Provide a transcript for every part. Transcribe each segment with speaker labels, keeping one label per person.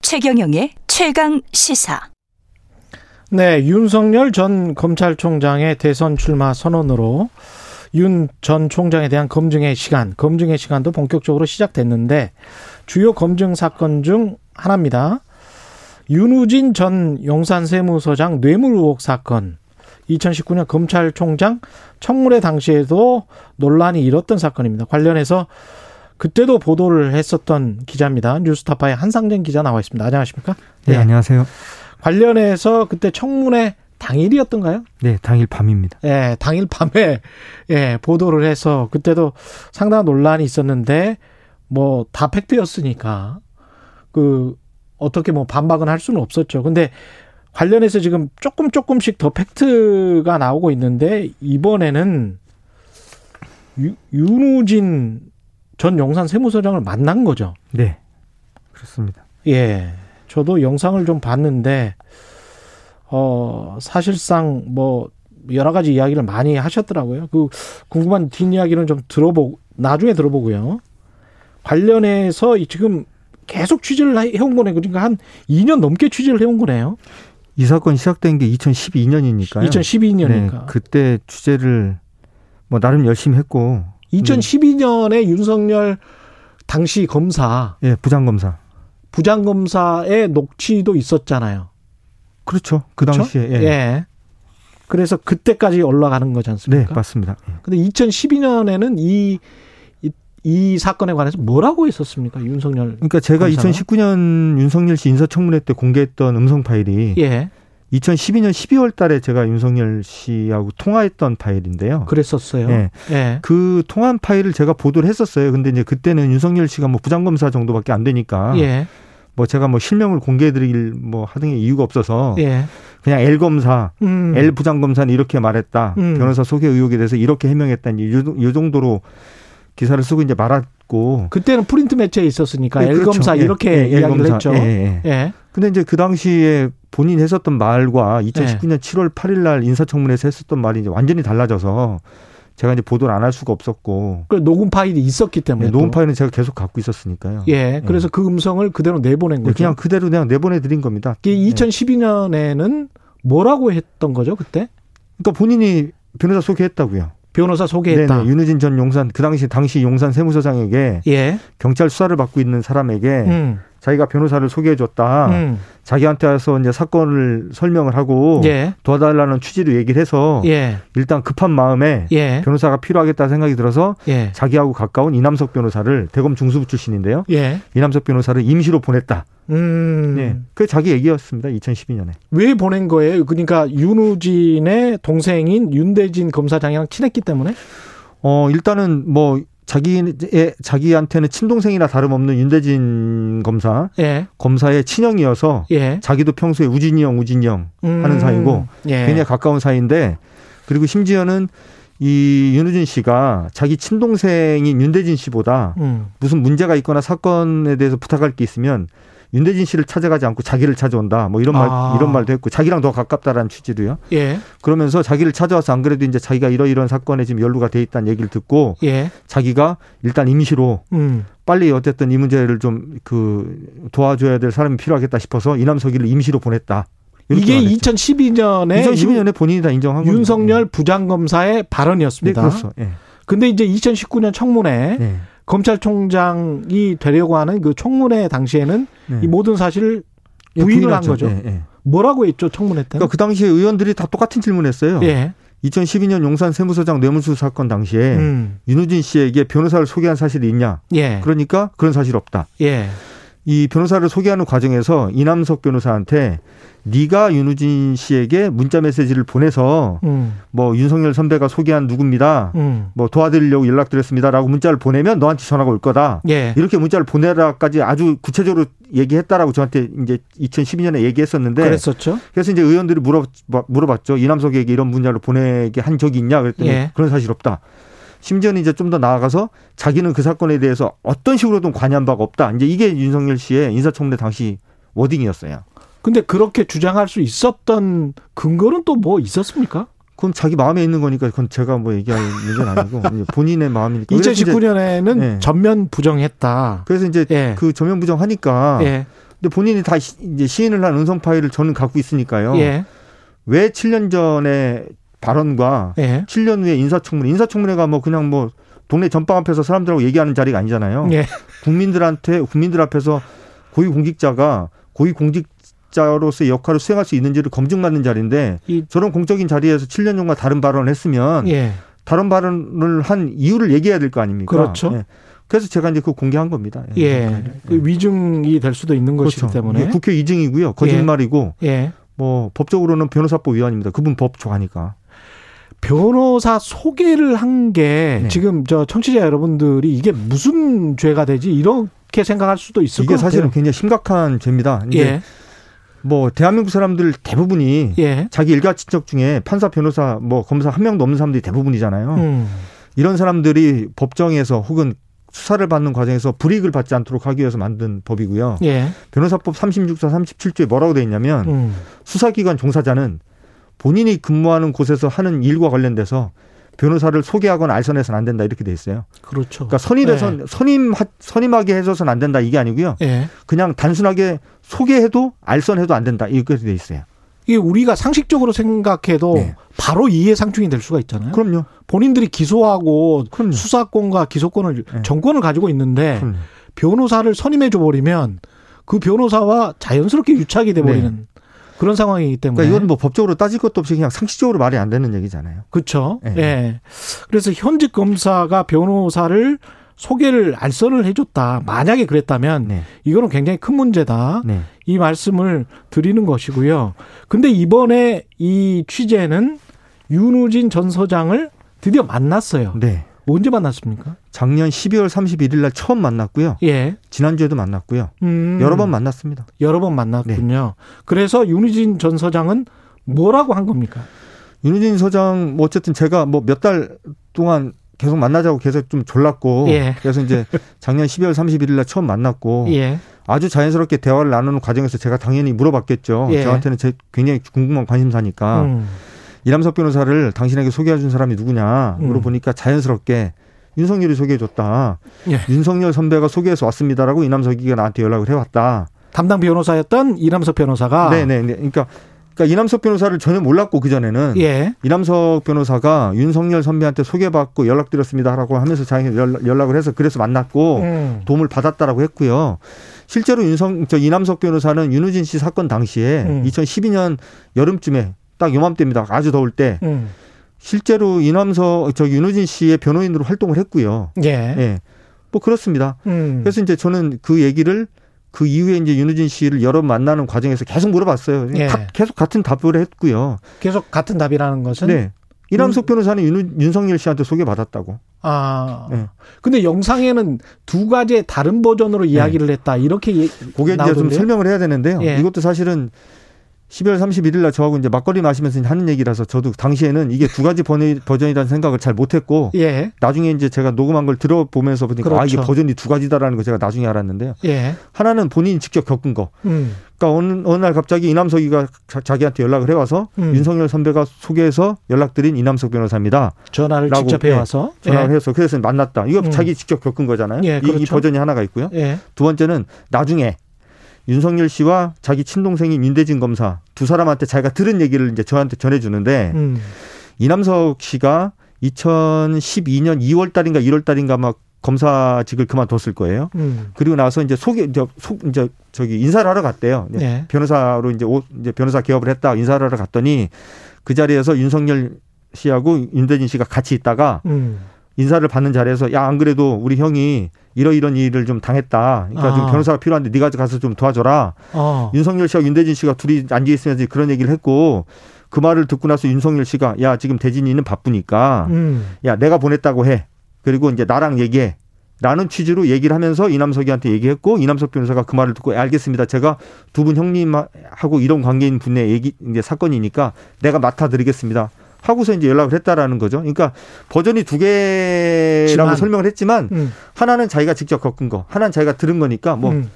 Speaker 1: 최경영의 최강 시사.
Speaker 2: 네, 윤석열 전 검찰총장의 대선 출마 선언으로 윤 전 총장에 대한 검증의 시간, 검증의 시간도 본격적으로 시작됐는데 주요 검증 사건 중 하나입니다. 윤우진 전 용산세무서장 뇌물 의혹 사건. 2019년 검찰총장 청문회 당시에도 논란이 일었던 사건입니다. 관련해서 그때도 보도를 했었던 기자입니다. 뉴스타파의 한상진 기자 나와 있습니다. 안녕하십니까? 예.
Speaker 3: 네, 안녕하세요.
Speaker 2: 관련해서 그때 청문회 당일이었던가요?
Speaker 3: 네, 당일 밤입니다.
Speaker 2: 예, 당일 밤에 예, 보도를 해서 그때도 상당한 논란이 있었는데 뭐 다 팩트였으니까 그 어떻게 뭐 반박은 할 수는 없었죠. 근데 관련해서 지금 조금 조금씩 더 팩트가 나오고 있는데 이번에는 유, 윤우진 전 용산 세무서장을 만난 거죠.
Speaker 3: 네, 그렇습니다.
Speaker 2: 예. 저도 영상을 좀 봤는데 어 사실상 뭐 여러 가지 이야기를 많이 하셨더라고요. 그 궁금한 뒷이야기는 좀 들어보고 나중에 들어보고요. 관련해서 이 지금 계속 취재를 해온 거네. 그러니까 한 2년 넘게 취재를 해온 거네요.
Speaker 3: 이 사건 시작된 게 2012년이니까요.
Speaker 2: 2012년이니까.
Speaker 3: 네, 그때 취재를 뭐 나름 열심히 했고
Speaker 2: 2012년에 윤석열 당시 검사
Speaker 3: 예, 부장 검사.
Speaker 2: 부장검사의 녹취도 있었잖아요.
Speaker 3: 그렇죠. 그
Speaker 2: 그렇죠?
Speaker 3: 당시에 예.
Speaker 2: 예. 그래서 그때까지 올라가는 거지
Speaker 3: 네,
Speaker 2: 않습니까?
Speaker 3: 맞습니다. 예.
Speaker 2: 근데 2012년에는 이, 이, 이 사건에 관해서 뭐라고 했었습니까? 윤석열.
Speaker 3: 그러니까 제가
Speaker 2: 검사가?
Speaker 3: 2019년 윤석열 씨 인사청문회 때 공개했던 음성 파일이
Speaker 2: 예.
Speaker 3: 2012년 12월 달에 제가 윤석열 씨하고 통화했던 파일인데요.
Speaker 2: 그랬었어요. 예.
Speaker 3: 예. 그 통화 파일을 제가 보도를 했었어요. 근데 이제 그때는 윤석열 씨가 뭐 부장검사 정도밖에 안 되니까
Speaker 2: 예.
Speaker 3: 뭐 제가 뭐 실명을 공개해드릴 뭐 하등의 이유가 없어서
Speaker 2: 예.
Speaker 3: 그냥 L 검사,
Speaker 2: 음.
Speaker 3: L 부장 검사는 이렇게 말했다.
Speaker 2: 음.
Speaker 3: 변호사 소개 의혹에 대해서 이렇게 해명했다. 이 요- 요 정도로 기사를 쓰고 이제 말았고.
Speaker 2: 그때는 프린트 매체에 있었으니까
Speaker 3: 예,
Speaker 2: 그러니까 L
Speaker 3: 그렇죠.
Speaker 2: 검사
Speaker 3: 예,
Speaker 2: 이렇게
Speaker 3: 예, L
Speaker 2: 이야기를
Speaker 3: 검사.
Speaker 2: 했죠.
Speaker 3: 예,
Speaker 2: 예.
Speaker 3: 예, 예. 근데 이제 그 당시에 본인 이 했었던 말과
Speaker 2: 예.
Speaker 3: 2019년 7월 8일 날 인사청문회에서 했었던 말이 이제 완전히 달라져서 제가 이제 보도를 안 할 수가 없었고
Speaker 2: 그 녹음 파일이 있었기 때문에.
Speaker 3: 네, 녹음
Speaker 2: 또.
Speaker 3: 파일은 제가 계속 갖고 있었으니까요.
Speaker 2: 예. 그래서 그 음성을 그대로 내보낸
Speaker 3: 네,
Speaker 2: 거죠.
Speaker 3: 그냥 예. 그대로 그냥 내보내 드린 겁니다. 네.
Speaker 2: 이게 2012년에는 뭐라고 했던 거죠, 그때?
Speaker 3: 그러니까 본인이 변호사 소개했다고요.
Speaker 2: 변호사 소개했다.
Speaker 3: 네네, 윤우진 전 용산 그 당시 당시 용산 세무서장에게
Speaker 2: 예.
Speaker 3: 경찰 수사를 받고 있는 사람에게
Speaker 2: 음.
Speaker 3: 자기가 변호사를 소개해줬다.
Speaker 2: 음.
Speaker 3: 자기한테 와서 이제 사건을 설명을 하고
Speaker 2: 예.
Speaker 3: 도와달라는 취지로 얘기를 해서
Speaker 2: 예.
Speaker 3: 일단 급한 마음에
Speaker 2: 예.
Speaker 3: 변호사가 필요하겠다 생각이 들어서
Speaker 2: 예.
Speaker 3: 자기하고 가까운 이남석 변호사를 대검 중수부 출신인데요.
Speaker 2: 예.
Speaker 3: 이남석 변호사를 임시로 보냈다.
Speaker 2: 음.
Speaker 3: 네, 그게 자기 얘기였습니다. 2012년에.
Speaker 2: 왜 보낸 거예요? 그러니까 윤우진의 동생인 윤대진 검사장이랑 친했기 때문에?
Speaker 3: 어, 일단은 뭐 자기의 자기한테는 친동생이나 다름없는 윤대진 검사
Speaker 2: 예.
Speaker 3: 검사의 친형이어서
Speaker 2: 예.
Speaker 3: 자기도 평소에 우진이 형, 우진이 형
Speaker 2: 음.
Speaker 3: 하는 사이고
Speaker 2: 예.
Speaker 3: 굉장히 가까운 사이인데 그리고 심지어는 이 윤우진 씨가 자기 친동생인 윤대진 씨보다
Speaker 2: 음.
Speaker 3: 무슨 문제가 있거나 사건에 대해서 부탁할 게 있으면 윤대진 씨를 찾아가지 않고 자기를 찾아온다. 뭐 이런 말
Speaker 2: 아.
Speaker 3: 이런 말도 했고 자기랑 더 가깝다라는 취지로요.
Speaker 2: 예.
Speaker 3: 그러면서 자기를 찾아와서 안 그래도 이제 자기가 이러이러한 사건에 지금 연루가 돼 있다는 얘기를 듣고
Speaker 2: 예.
Speaker 3: 자기가 일단 임시로
Speaker 2: 음.
Speaker 3: 빨리 어쨌든 이 문제를 좀 그 도와줘야 될 사람이 필요하겠다 싶어서 이남석이를 임시로 보냈다. 이렇게
Speaker 2: 이게
Speaker 3: 말했죠.
Speaker 2: 2012년에
Speaker 3: 2012년에 본인이 다 인정한 겁니다.
Speaker 2: 네, 윤석열 부장검사의
Speaker 3: 네,
Speaker 2: 발언이었습니다.
Speaker 3: 그렇죠. 예.
Speaker 2: 근데 이제 2019년 청문회
Speaker 3: 네.
Speaker 2: 검찰총장이 되려고 하는 그 청문회 당시에는
Speaker 3: 네.
Speaker 2: 이 모든 사실을 부인을 한
Speaker 3: 부인하죠.
Speaker 2: 거죠. 네.
Speaker 3: 예, 예.
Speaker 2: 뭐라고 했죠, 청문회 때는?
Speaker 3: 그러니까 그 당시에 의원들이 다 똑같은 질문했어요.
Speaker 2: 예.
Speaker 3: 2012년 용산 세무서장 뇌물수수 사건 당시에
Speaker 2: 음.
Speaker 3: 윤우진 씨에게 변호사를 소개한 사실이 있냐?
Speaker 2: 예.
Speaker 3: 그러니까 그런 사실 없다.
Speaker 2: 예.
Speaker 3: 이 변호사를 소개하는 과정에서 이남석 변호사한테 네가 윤우진 씨에게 문자 메시지를 보내서
Speaker 2: 음.
Speaker 3: 뭐 윤석열 선배가 소개한 누굽니다.
Speaker 2: 음.
Speaker 3: 뭐 도와드리려고 연락드렸습니다라고 문자를 보내면 너한테 전화가 올 거다.
Speaker 2: 예.
Speaker 3: 이렇게 문자를 보내라까지 아주 구체적으로 얘기했다라고 저한테 이제 2012년에 얘기했었는데
Speaker 2: 그랬었죠.
Speaker 3: 그래서 이제 의원들이 물어 물어봤죠. 이남석에게 이런 문자를 보내게 한 적이 있냐? 그랬더니
Speaker 2: 예.
Speaker 3: 그런 사실 없다. 심지어는 이제 좀 더 나아가서 자기는 그 사건에 대해서 어떤 식으로든 관여한 바가 없다. 이제 이게 윤석열 씨의 인사청문회 당시 워딩이었어요.
Speaker 2: 근데 그렇게 주장할 수 있었던 근거는 또 뭐 있었습니까?
Speaker 3: 그건 자기 마음에 있는 거니까 그건 제가 뭐 얘기할 문제는 아니고 이제 본인의 마음이니까. 그래서 이제-
Speaker 2: 2019년에는
Speaker 3: 예.
Speaker 2: 전면 부정했다.
Speaker 3: 그래서 이제
Speaker 2: 예.
Speaker 3: 그 조명 부정하니까
Speaker 2: 예.
Speaker 3: 근데 본인이 다 시, 이제 시인을 한 음성 파일을 저는 갖고 있으니까요.
Speaker 2: 예.
Speaker 3: 왜 7년 전에 발언과
Speaker 2: 예.
Speaker 3: 7년 후에 인사청문회, 인사청문회가 뭐 그냥 뭐 동네 전방 앞에서 사람들하고 얘기하는 자리가 아니잖아요.
Speaker 2: 예.
Speaker 3: 국민들한테 국민들 앞에서 고위 공직자가 고위 공직자로서의 역할을 수행할 수 있는지를 검증받는 자리인데
Speaker 2: 이-
Speaker 3: 저런 공적인 자리에서 7년 전과 다른 발언을 했으면
Speaker 2: 예.
Speaker 3: 다른 발언을 한 이유를 얘기해야 될 거 아닙니까?
Speaker 2: 그렇죠.
Speaker 3: 예. 그래서 제가 이제 그 공개한 겁니다. 예. 그렇죠.
Speaker 2: 예. 그 위증이 될 수도 있는 것이기
Speaker 3: 이게
Speaker 2: 때문에.
Speaker 3: 국회 이증이고요. 거짓말이고
Speaker 2: 예.
Speaker 3: 뭐 법적으로는 변호사법 위반입니다. 그분 법 좋아하니까.
Speaker 2: 변호사 소개를 한 게
Speaker 3: 네.
Speaker 2: 지금 저 청취자 여러분들이 이게 무슨 죄가 되지 이렇게 생각할 수도 있을 것
Speaker 3: 이게
Speaker 2: 같아요.
Speaker 3: 사실은 굉장히 심각한 죄입니다. 근데
Speaker 2: 예.
Speaker 3: 뭐 대한민국 사람들 대부분이
Speaker 2: 예.
Speaker 3: 자기 일가 친척 중에 판사, 변호사, 뭐 검사 한 명도 없는 사람들이 대부분이잖아요.
Speaker 2: 음.
Speaker 3: 이런 사람들이 법정에서 혹은 수사를 받는 과정에서 불이익을 받지 않도록 하기 위해서 만든 법이고요.
Speaker 2: 예.
Speaker 3: 변호사법 36조 37조에 뭐라고 돼 있냐면
Speaker 2: 음.
Speaker 3: 수사기관 종사자는 본인이 근무하는 곳에서 하는 일과 관련돼서 변호사를 소개하거나 알선해서는 안 된다 이렇게 돼 있어요.
Speaker 2: 그렇죠.
Speaker 3: 그러니까 선임해서 선임 선임하게 해서는 안 된다 이게 아니고요.
Speaker 2: 예.
Speaker 3: 그냥 단순하게 소개해도 알선해도 안 된다 이렇게 돼 있어요.
Speaker 2: 이게 우리가 상식적으로 생각해도
Speaker 3: 네.
Speaker 2: 바로 이해상충이 될 수가 있잖아요.
Speaker 3: 그럼요.
Speaker 2: 본인들이 기소하고
Speaker 3: 그럼요.
Speaker 2: 네? 수사권과 네. 기소권을
Speaker 3: 네. 음.
Speaker 2: 정권을 가지고 있는데
Speaker 3: 그럼요.
Speaker 2: 변호사를 선임해 줘 버리면 그 변호사와 자연스럽게 유착이 돼 버리는 그런 상황이기 때문에
Speaker 3: 네. 그러니까 이건 뭐 법적으로 따질 것도 없이 그냥 상식적으로 말이 안 되는 얘기잖아요.
Speaker 2: 그렇죠.
Speaker 3: 예.
Speaker 2: 예. 그래서 현직 검사가 변호사를 소개를 알선을 해줬다. 만약에 그랬다면
Speaker 3: 네.
Speaker 2: 이거는 굉장히 큰 문제다.
Speaker 3: 네.
Speaker 2: 이 말씀을 드리는 것이고요. 근데 이번에 이 취재는 윤우진 전 서장을 드디어 만났어요.
Speaker 3: 네.
Speaker 2: 언제 만났습니까?
Speaker 3: 작년 12월 31일 날 처음 만났고요.
Speaker 2: 예.
Speaker 3: 지난주에도 만났고요.
Speaker 2: 음,
Speaker 3: 여러 번 네. 만났습니다.
Speaker 2: 여러 번 만났군요. 그래서 윤우진 전 서장은 뭐라고 한 겁니까?
Speaker 3: 윤우진 소장 뭐 어쨌든 제가 뭐 몇 달 동안 계속 만나자고 계속 좀 졸랐고
Speaker 2: 예.
Speaker 3: 그래서 이제 작년 12월 31일 날 처음 만났고
Speaker 2: 예.
Speaker 3: 아주 자연스럽게 대화를 나누는 과정에서 제가 당연히 물어봤겠죠.
Speaker 2: 예.
Speaker 3: 저한테는 제 굉장히 궁금한 관심사니까
Speaker 2: 음,
Speaker 3: 이남석 변호사를 당신에게 소개해 준 사람이 누구냐
Speaker 2: 음.
Speaker 3: 물어보니까 자연스럽게 윤석열이 소개해 줬다.
Speaker 2: 예.
Speaker 3: 윤석열 선배가 소개해서 왔습니다라고 이남석이가 나한테 연락을 해왔다.
Speaker 2: 담당 변호사였던 이남석 변호사가
Speaker 3: 네네. 네. 그러니까, 그러니까 이남석 변호사를 전혀 몰랐고 그 전에는
Speaker 2: 예.
Speaker 3: 이남석 변호사가 윤석열 선배한테 소개받고 연락드렸습니다라고 하면서 자기 연락, 연락을 해서 그래서 만났고
Speaker 2: 음.
Speaker 3: 도움을 받았다라고 했고요. 실제로 윤성 저 이남석 변호사는 윤우진 씨 사건 당시에
Speaker 2: 음.
Speaker 3: 2012년 여름쯤에 딱 요맘때입니다. 아주 더울 때
Speaker 2: 음.
Speaker 3: 실제로 이남석 저 윤우진 씨의 변호인으로 활동을 했고요.
Speaker 2: 예.
Speaker 3: 예. 뭐 그렇습니다.
Speaker 2: 음.
Speaker 3: 그래서 이제 저는 그 얘기를 그 이후에 이제 윤우진 씨를 여러 번 만나는 과정에서 계속 물어봤어요.
Speaker 2: 예.
Speaker 3: 다- 계속 같은 답을 했고요.
Speaker 2: 계속 같은 답이라는 것은
Speaker 3: 네. 이남석 변호사는 윤, 윤석열 씨한테 소개받았다고.
Speaker 2: 아.
Speaker 3: 네.
Speaker 2: 근데 영상에는 두 가지의 다른 버전으로 이야기를 했다. 이렇게 예-
Speaker 3: 그게 이제 좀
Speaker 2: 나오던데요?
Speaker 3: 설명을 해야 되는데요.
Speaker 2: 예.
Speaker 3: 이것도 사실은 12월 31일 날 저하고 이제 막걸리 마시면서 하는 얘기라서 저도 당시에는 이게 두 가지 번의- 버전이라는 생각을 잘 못했고
Speaker 2: 예.
Speaker 3: 나중에 이제 제가 녹음한 걸 들어보면서 보니까 아 이게
Speaker 2: 그렇죠.
Speaker 3: 버전이 두 가지다라는 걸 제가 나중에 알았는데요.
Speaker 2: 예.
Speaker 3: 하나는 본인이 직접 겪은 거.
Speaker 2: 음.
Speaker 3: 그러니까 어느, 어느 날 갑자기 이남석이가 자- 자기한테 연락을 해와서
Speaker 2: 음.
Speaker 3: 윤석열 선배가 소개해서 연락드린 이남석 변호사입니다.
Speaker 2: 전화를
Speaker 3: 라고,
Speaker 2: 직접
Speaker 3: 예.
Speaker 2: 해 와서
Speaker 3: 전화를 해서 그래서 만났다. 이거
Speaker 2: 음.
Speaker 3: 자기 직접 겪은 거잖아요.
Speaker 2: 예,
Speaker 3: 이- 이,
Speaker 2: 그렇죠.
Speaker 3: 버전이 하나가 있고요.
Speaker 2: 예. 예.
Speaker 3: 두 번째는 나중에 윤석열 씨와 자기 친동생인 윤대진 검사 두 사람한테 자기가 들은 얘기를 이제 저한테 전해주는데
Speaker 2: 음.
Speaker 3: 이남석 씨가 2012년 2월 달인가 1월 달인가 막 검사직을 그만뒀을 거예요.
Speaker 2: 음.
Speaker 3: 그리고 나서 이제 소개 저, 소, 이제 저기 인사를 하러 갔대요.
Speaker 2: 예. 예.
Speaker 3: 변호사로 이제, 오, 이제 변호사 개업을 했다 인사를 하러 갔더니 그 자리에서 윤석열 씨하고 윤대진 씨가 같이 있다가
Speaker 2: 음.
Speaker 3: 인사를 받는 자리에서 야 안 그래도 우리 형이 이러이런 일을 좀 당했다. 그러니까 좀
Speaker 2: 아.
Speaker 3: 변호사가 필요한데 네가 가서 좀 도와줘라.
Speaker 2: 어.
Speaker 3: 윤석열 씨와 윤대진 씨가 둘이 앉아 있으면서 그런 얘기를 했고 그 말을 듣고 나서 윤석열 씨가 야 지금 대진이는 바쁘니까
Speaker 2: 음.
Speaker 3: 야 내가 보냈다고 해. 그리고 이제 나랑 얘기해. 라는 취지로 얘기를 하면서 이남석이한테 얘기했고 이남석 변호사가 그 말을 듣고 "예, 알겠습니다. 제가 두 분 형님하고 이런 관계인 분의 얘기 이제 사건이니까 내가 맡아드리겠습니다. 하고서 이제 연락을 했다라는 거죠. 그러니까 버전이 두 개라고
Speaker 2: 지만.
Speaker 3: 설명을 했지만
Speaker 2: 음.
Speaker 3: 하나는 자기가 직접 겪은 거, 하나는 자기가 들은 거니까 뭐 음.
Speaker 2: 음.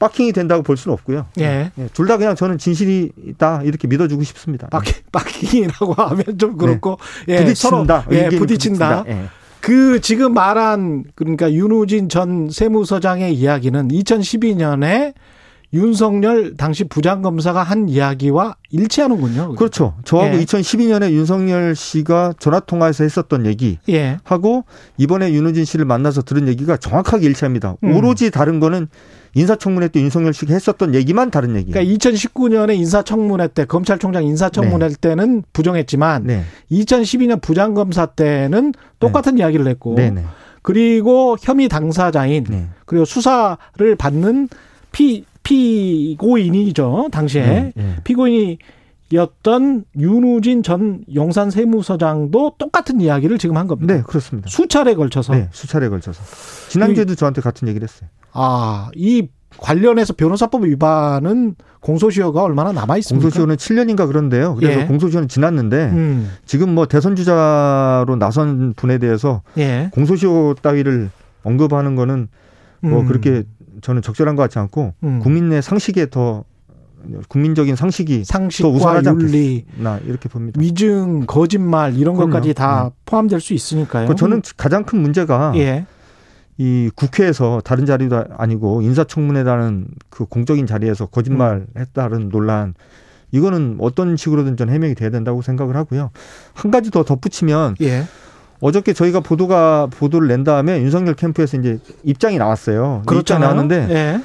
Speaker 3: 빡킹이 된다고 볼 수는 없고요.
Speaker 2: 예.
Speaker 3: 둘 다 그냥 저는 진실이 있다 이렇게 믿어주고 싶습니다.
Speaker 2: 빡킹, 빡킹이라고 하면 좀 그렇고 예,
Speaker 3: 네. 부딪힌다.
Speaker 2: 서로, 예,
Speaker 3: 의견이
Speaker 2: 부딪힌다.
Speaker 3: 부딪힌다. 예.
Speaker 2: 그 지금 말한 그러니까 윤우진 전 세무서장의 이야기는 2012년에 윤석열 당시 부장검사가 한 이야기와 일치하는군요.
Speaker 3: 그렇죠. 저하고
Speaker 2: 예.
Speaker 3: 2012년에 윤석열 씨가 전화 통화에서 했었던 얘기
Speaker 2: 예.
Speaker 3: 하고 이번에 윤호진 씨를 만나서 들은 얘기가 정확하게 일치합니다.
Speaker 2: 음.
Speaker 3: 오로지 다른 거는 인사청문회 때 윤석열 씨가 했었던 얘기만 다른 얘기예요.
Speaker 2: 그러니까 2019년에 인사청문회 때 검찰총장 인사청문회 때는 부정했지만
Speaker 3: 네.
Speaker 2: 2012년 부장검사 때는 똑같은 이야기를 했고
Speaker 3: 네, 네.
Speaker 2: 그리고 혐의 당사자인
Speaker 3: 네.
Speaker 2: 그리고 수사를 받는 피 피고인이죠 당시에
Speaker 3: 네. 네.
Speaker 2: 피고인이었던 윤우진 전 용산 세무서장도 똑같은 이야기를 지금 한 겁니다.
Speaker 3: 네, 그렇습니다.
Speaker 2: 수차례 걸쳐서
Speaker 3: 네, 수차례 에 걸쳐서 지난주에도 저한테 같은 얘기를 했어요.
Speaker 2: 아 이 관련해서 변호사법 위반은 공소시효가 얼마나 남아 있습니까?
Speaker 3: 공소시효는 네. 7년인가 그런데요. 그래서
Speaker 2: 예.
Speaker 3: 공소시효는 지났는데
Speaker 2: 음,
Speaker 3: 지금 뭐 대선 주자로 나선 분에 대해서
Speaker 2: 예.
Speaker 3: 공소시효 따위를 언급하는 거는 뭐
Speaker 2: 음,
Speaker 3: 그렇게 저는 적절한 것 같지 않고
Speaker 2: 음.
Speaker 3: 국민 의 상식에 더 국민적인 상식이 더
Speaker 2: 상식과
Speaker 3: 우선하지
Speaker 2: 윤리,
Speaker 3: 나 이렇게
Speaker 2: 음.
Speaker 3: 봅니다.
Speaker 2: 위증, 거짓말 이런
Speaker 3: 그럼요. 네.
Speaker 2: 것까지 다 포함될 수 있으니까요.
Speaker 3: 그 저는 가장 큰 문제가
Speaker 2: 예.
Speaker 3: 이 국회에서 다른 자리도 아니고 인사청문회라는 그 공적인 자리에서
Speaker 2: 음.
Speaker 3: 거짓말했다는 논란 이거는 어떤 식으로든 전 해명이 돼야 된다고 생각을 하고요. 한 가지 더 덧붙이면
Speaker 2: 예.
Speaker 3: 어저께 저희가 보도가 보도를 낸 다음에 윤석열 캠프에서 이제 입장이 나왔어요. 이 입장이
Speaker 2: 그렇잖아요.
Speaker 3: 나왔는데
Speaker 2: 예.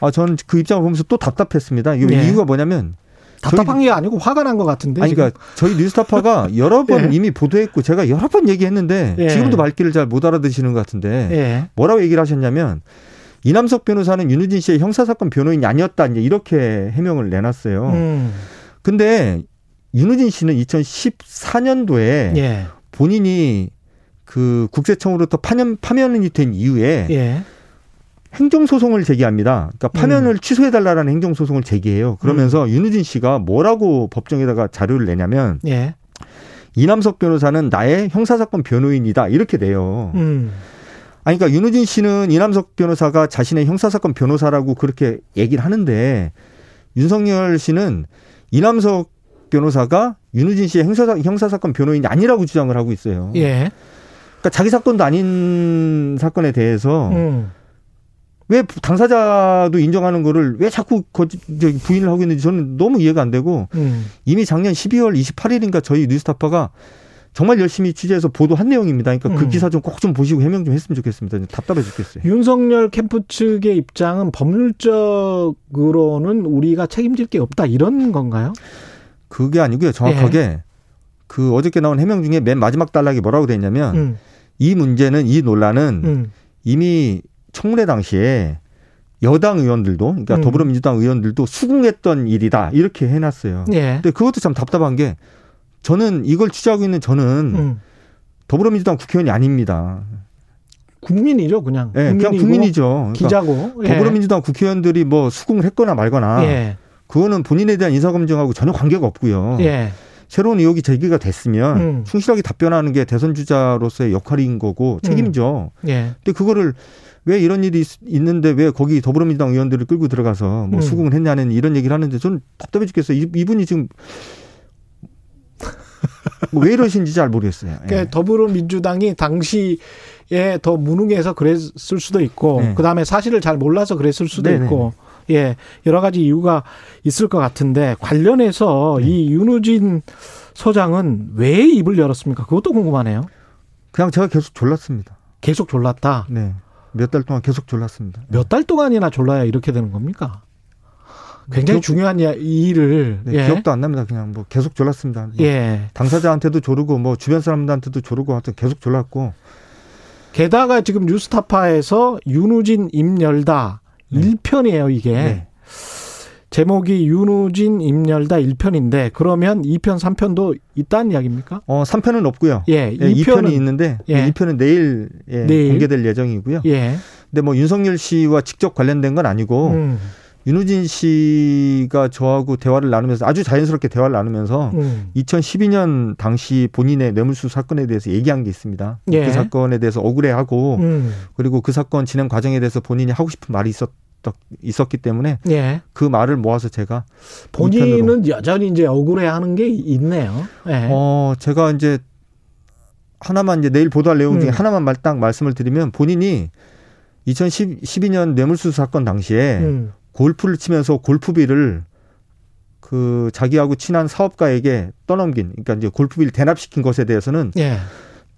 Speaker 3: 아 저는 그 입장을 보면서 또 답답했습니다. 이
Speaker 2: 네.
Speaker 3: 이유가 뭐냐면
Speaker 2: 답답한 게 아니고 화가 난 것 같은데.
Speaker 3: 아니
Speaker 2: 네, 지금.
Speaker 3: 그러니까 저희 뉴스타파가 여러 번
Speaker 2: 예.
Speaker 3: 이미 보도했고 제가 여러 번 얘기했는데
Speaker 2: 예.
Speaker 3: 지금도 말귀를 잘 못 알아듣시는 것 같은데
Speaker 2: 예.
Speaker 3: 뭐라고 얘기를 하셨냐면 이남석 변호사는 윤우진 씨의 형사사건 변호인이 아니었다 이제 이렇게 해명을 내놨어요.
Speaker 2: 음.
Speaker 3: 근데 윤우진 씨는 2014년도에
Speaker 2: 예.
Speaker 3: 본인이 그 국세청으로부터 파면 파면이 된 이후에
Speaker 2: 예. 음.
Speaker 3: 행정소송을 제기합니다. 그러니까 파면을 취소해달라는 행정소송을 제기해요. 그러면서 윤우진 씨가 뭐라고 법정에다가 자료를 내냐면
Speaker 2: 예.
Speaker 3: 이남석 변호사는 나의 형사사건 변호인이다 이렇게 돼요.
Speaker 2: 음.
Speaker 3: 아니, 그러니까 윤우진 씨는 이남석 변호사가 자신의 형사사건 변호사라고 그렇게 얘기를 하는데 윤석열 씨는 이남석 변호사가 윤우진 씨의 형사, 형사사건 변호인이 아니라고 주장을 하고 있어요.
Speaker 2: 예.
Speaker 3: 그러니까 자기 사건도 아닌 사건에 대해서
Speaker 2: 음.
Speaker 3: 왜 당사자도 인정하는 거를 왜 자꾸 거짓, 저기 부인을 하고 있는지 저는 너무 이해가 안 되고
Speaker 2: 음.
Speaker 3: 이미 작년 12월 28일인가 저희 뉴스타파가 정말 열심히 취재해서 보도한 내용입니다. 그러니까 그
Speaker 2: 음.
Speaker 3: 기사 좀 꼭 좀 보시고 해명 좀 했으면 좋겠습니다. 답답해 죽겠어요.
Speaker 2: 윤석열 캠프 측의 입장은 법률적으로는 우리가 책임질 게 없다 이런 건가요?
Speaker 3: 그게 아니고요. 정확하게
Speaker 2: 예.
Speaker 3: 그 어저께 나온 해명 중에 맨 마지막 단락이 뭐라고 돼 있냐면
Speaker 2: 음.
Speaker 3: 이 문제는 이 논란은
Speaker 2: 음.
Speaker 3: 이미 청문회 당시에 여당 의원들도 그러니까
Speaker 2: 음.
Speaker 3: 더불어민주당 의원들도 수긍했던 일이다 이렇게 해놨어요.
Speaker 2: 예.
Speaker 3: 근데 그것도 참 답답한 게 저는 이걸 취재하고 있는 저는
Speaker 2: 음.
Speaker 3: 더불어민주당 국회의원이 아닙니다.
Speaker 2: 국민이죠, 그냥.
Speaker 3: 예, 그냥
Speaker 2: 국민이고
Speaker 3: 국민이죠. 그러니까
Speaker 2: 기자고. 예.
Speaker 3: 더불어민주당 국회의원들이 뭐 수긍을 했거나 말거나
Speaker 2: 예.
Speaker 3: 그거는 본인에 대한 인사검증하고 전혀 관계가 없고요.
Speaker 2: 예.
Speaker 3: 새로운 의혹이 제기가 됐으면
Speaker 2: 음.
Speaker 3: 충실하게 답변하는 게 대선 주자로서의 역할인 거고 책임져.
Speaker 2: 예.
Speaker 3: 근데 그거를 왜 이런 일이 있- 있는데 왜 거기 더불어민주당 의원들을 끌고 들어가서 뭐
Speaker 2: 음.
Speaker 3: 수긍을 했냐는 이런 얘기를 하는데 저는 답답해 죽겠어요. 이- 이분이 지금 뭐 왜 이러신지 잘 모르겠어요. 예.
Speaker 2: 그러니까 더불어민주당이 당시에 더 무능해서 그랬을 수도 있고
Speaker 3: 네.
Speaker 2: 그다음에 사실을 잘 몰라서 그랬을 수도
Speaker 3: 네네.
Speaker 2: 있고 예 여러 가지 이유가 있을 것 같은데 관련해서
Speaker 3: 네.
Speaker 2: 이 윤우진 소장은 왜 입을 열었습니까? 그것도 궁금하네요.
Speaker 3: 그냥 제가 계속 졸랐습니다.
Speaker 2: 계속 졸랐다.
Speaker 3: 네. 몇 달 동안 계속 졸랐습니다.
Speaker 2: 몇 달 동안이나 졸라야 이렇게 되는 겁니까? 굉장히
Speaker 3: 기억-
Speaker 2: 중요한 야- 이 일을
Speaker 3: 네, 기억도 안 납니다. 그냥 뭐 계속 졸랐습니다. 뭐
Speaker 2: 예.
Speaker 3: 당사자한테도 조르고 뭐 주변 사람들한테도 조르고 하여튼 계속 졸랐고
Speaker 2: 게다가 지금 뉴스타파에서 윤우진 임열다
Speaker 3: 네.
Speaker 2: 1편이에요, 이게.
Speaker 3: 네.
Speaker 2: 제목이 윤우진 임열다 1편인데 그러면 2편, 3편도 있다는 이야기입니까?
Speaker 3: 어, 3편은 없고요.
Speaker 2: 예,
Speaker 3: 예, 2편이
Speaker 2: 2편은
Speaker 3: 있는데
Speaker 2: 예.
Speaker 3: 2편은 내일, 예,
Speaker 2: 내일.
Speaker 3: 공개될 예정이고요.
Speaker 2: 예.
Speaker 3: 근데 뭐 윤석열 씨와 직접 관련된 건 아니고
Speaker 2: 음,
Speaker 3: 윤우진 씨가 저하고 대화를 나누면서 아주 자연스럽게 대화를 나누면서
Speaker 2: 음.
Speaker 3: 2012년 당시 본인의 뇌물수 사건에 대해서 얘기한 게 있습니다.
Speaker 2: 예.
Speaker 3: 그 사건에 대해서 억울해하고
Speaker 2: 음,
Speaker 3: 그리고 그 사건 진행 과정에 대해서 본인이 하고 싶은 말이 있었 있었기 때문에
Speaker 2: 예.
Speaker 3: 그 말을 모아서 제가 이편으로.
Speaker 2: 본인은 여전히 이제 억울해 하는 게 있네요. 예.
Speaker 3: 어 제가 이제 하나만 이제 내일 보도할 내용 중에
Speaker 2: 음.
Speaker 3: 하나만 말 딱 말씀을 드리면 본인이 2012년 뇌물수수 사건 당시에
Speaker 2: 음,
Speaker 3: 골프를 치면서 골프비를 그 자기하고 친한 사업가에게 떠넘긴 그러니까 이제 골프비를 대납시킨 것에 대해서는
Speaker 2: 예.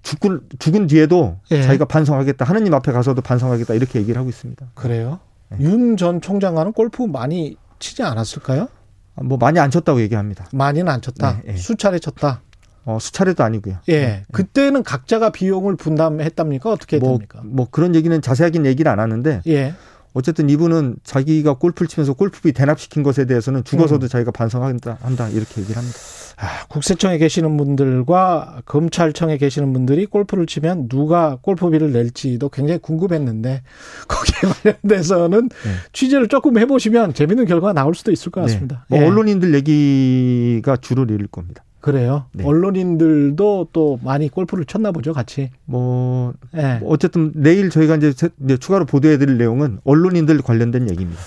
Speaker 3: 죽은 죽은 뒤에도
Speaker 2: 예.
Speaker 3: 자기가 반성하겠다 하느님 앞에 가서도 반성하겠다 이렇게 얘기를 하고 있습니다.
Speaker 2: 그래요?
Speaker 3: 예.
Speaker 2: 윤 전 총장과는 골프 많이 치지 않았을까요?
Speaker 3: 아, 뭐 많이 안 쳤다고 얘기합니다.
Speaker 2: 많이는 안 쳤다.
Speaker 3: 네, 예.
Speaker 2: 수차례 쳤다.
Speaker 3: 어, 수차례도 아니고요.
Speaker 2: 예. 그때는 각자가 비용을 분담했답니까? 어떻게
Speaker 3: 뭐,
Speaker 2: 됩니까?
Speaker 3: 뭐 그런 얘기는 자세하긴 얘기를 안 하는데
Speaker 2: 예.
Speaker 3: 어쨌든 이분은 자기가 골프를 치면서 골프비 대납시킨 것에 대해서는 죽어서도 자기가 반성한다 한다 이렇게 얘기를 합니다.
Speaker 2: 아, 국세청에 계시는 분들과 검찰청에 계시는 분들이 골프를 치면 누가 골프비를 낼지도 굉장히 궁금했는데 거기에 관련돼서는 취재를 조금 해보시면 재밌는 결과가 나올 수도 있을 것 같습니다.
Speaker 3: 네. 네.
Speaker 2: 예.
Speaker 3: 뭐 언론인들 얘기가 주를 이룰 겁니다.
Speaker 2: 그래요.
Speaker 3: 네.
Speaker 2: 언론인들도 또 많이 골프를 쳤나 보죠, 같이.
Speaker 3: 뭐
Speaker 2: 예.
Speaker 3: 뭐 어쨌든 내일 저희가 이제 세- 이제 추가로 보도해드릴 내용은 언론인들 관련된 얘기입니다.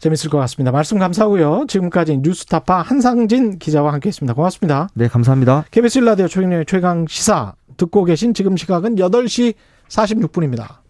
Speaker 2: 재밌을 것 같습니다. 말씀 감사하고요. 지금까지 뉴스타파 한상진 기자와 함께했습니다. 고맙습니다.
Speaker 3: 네 감사합니다.
Speaker 2: KBS 1라디오 최경영의 최강 시사 듣고 계신 지금 시각은 8시 46분입니다.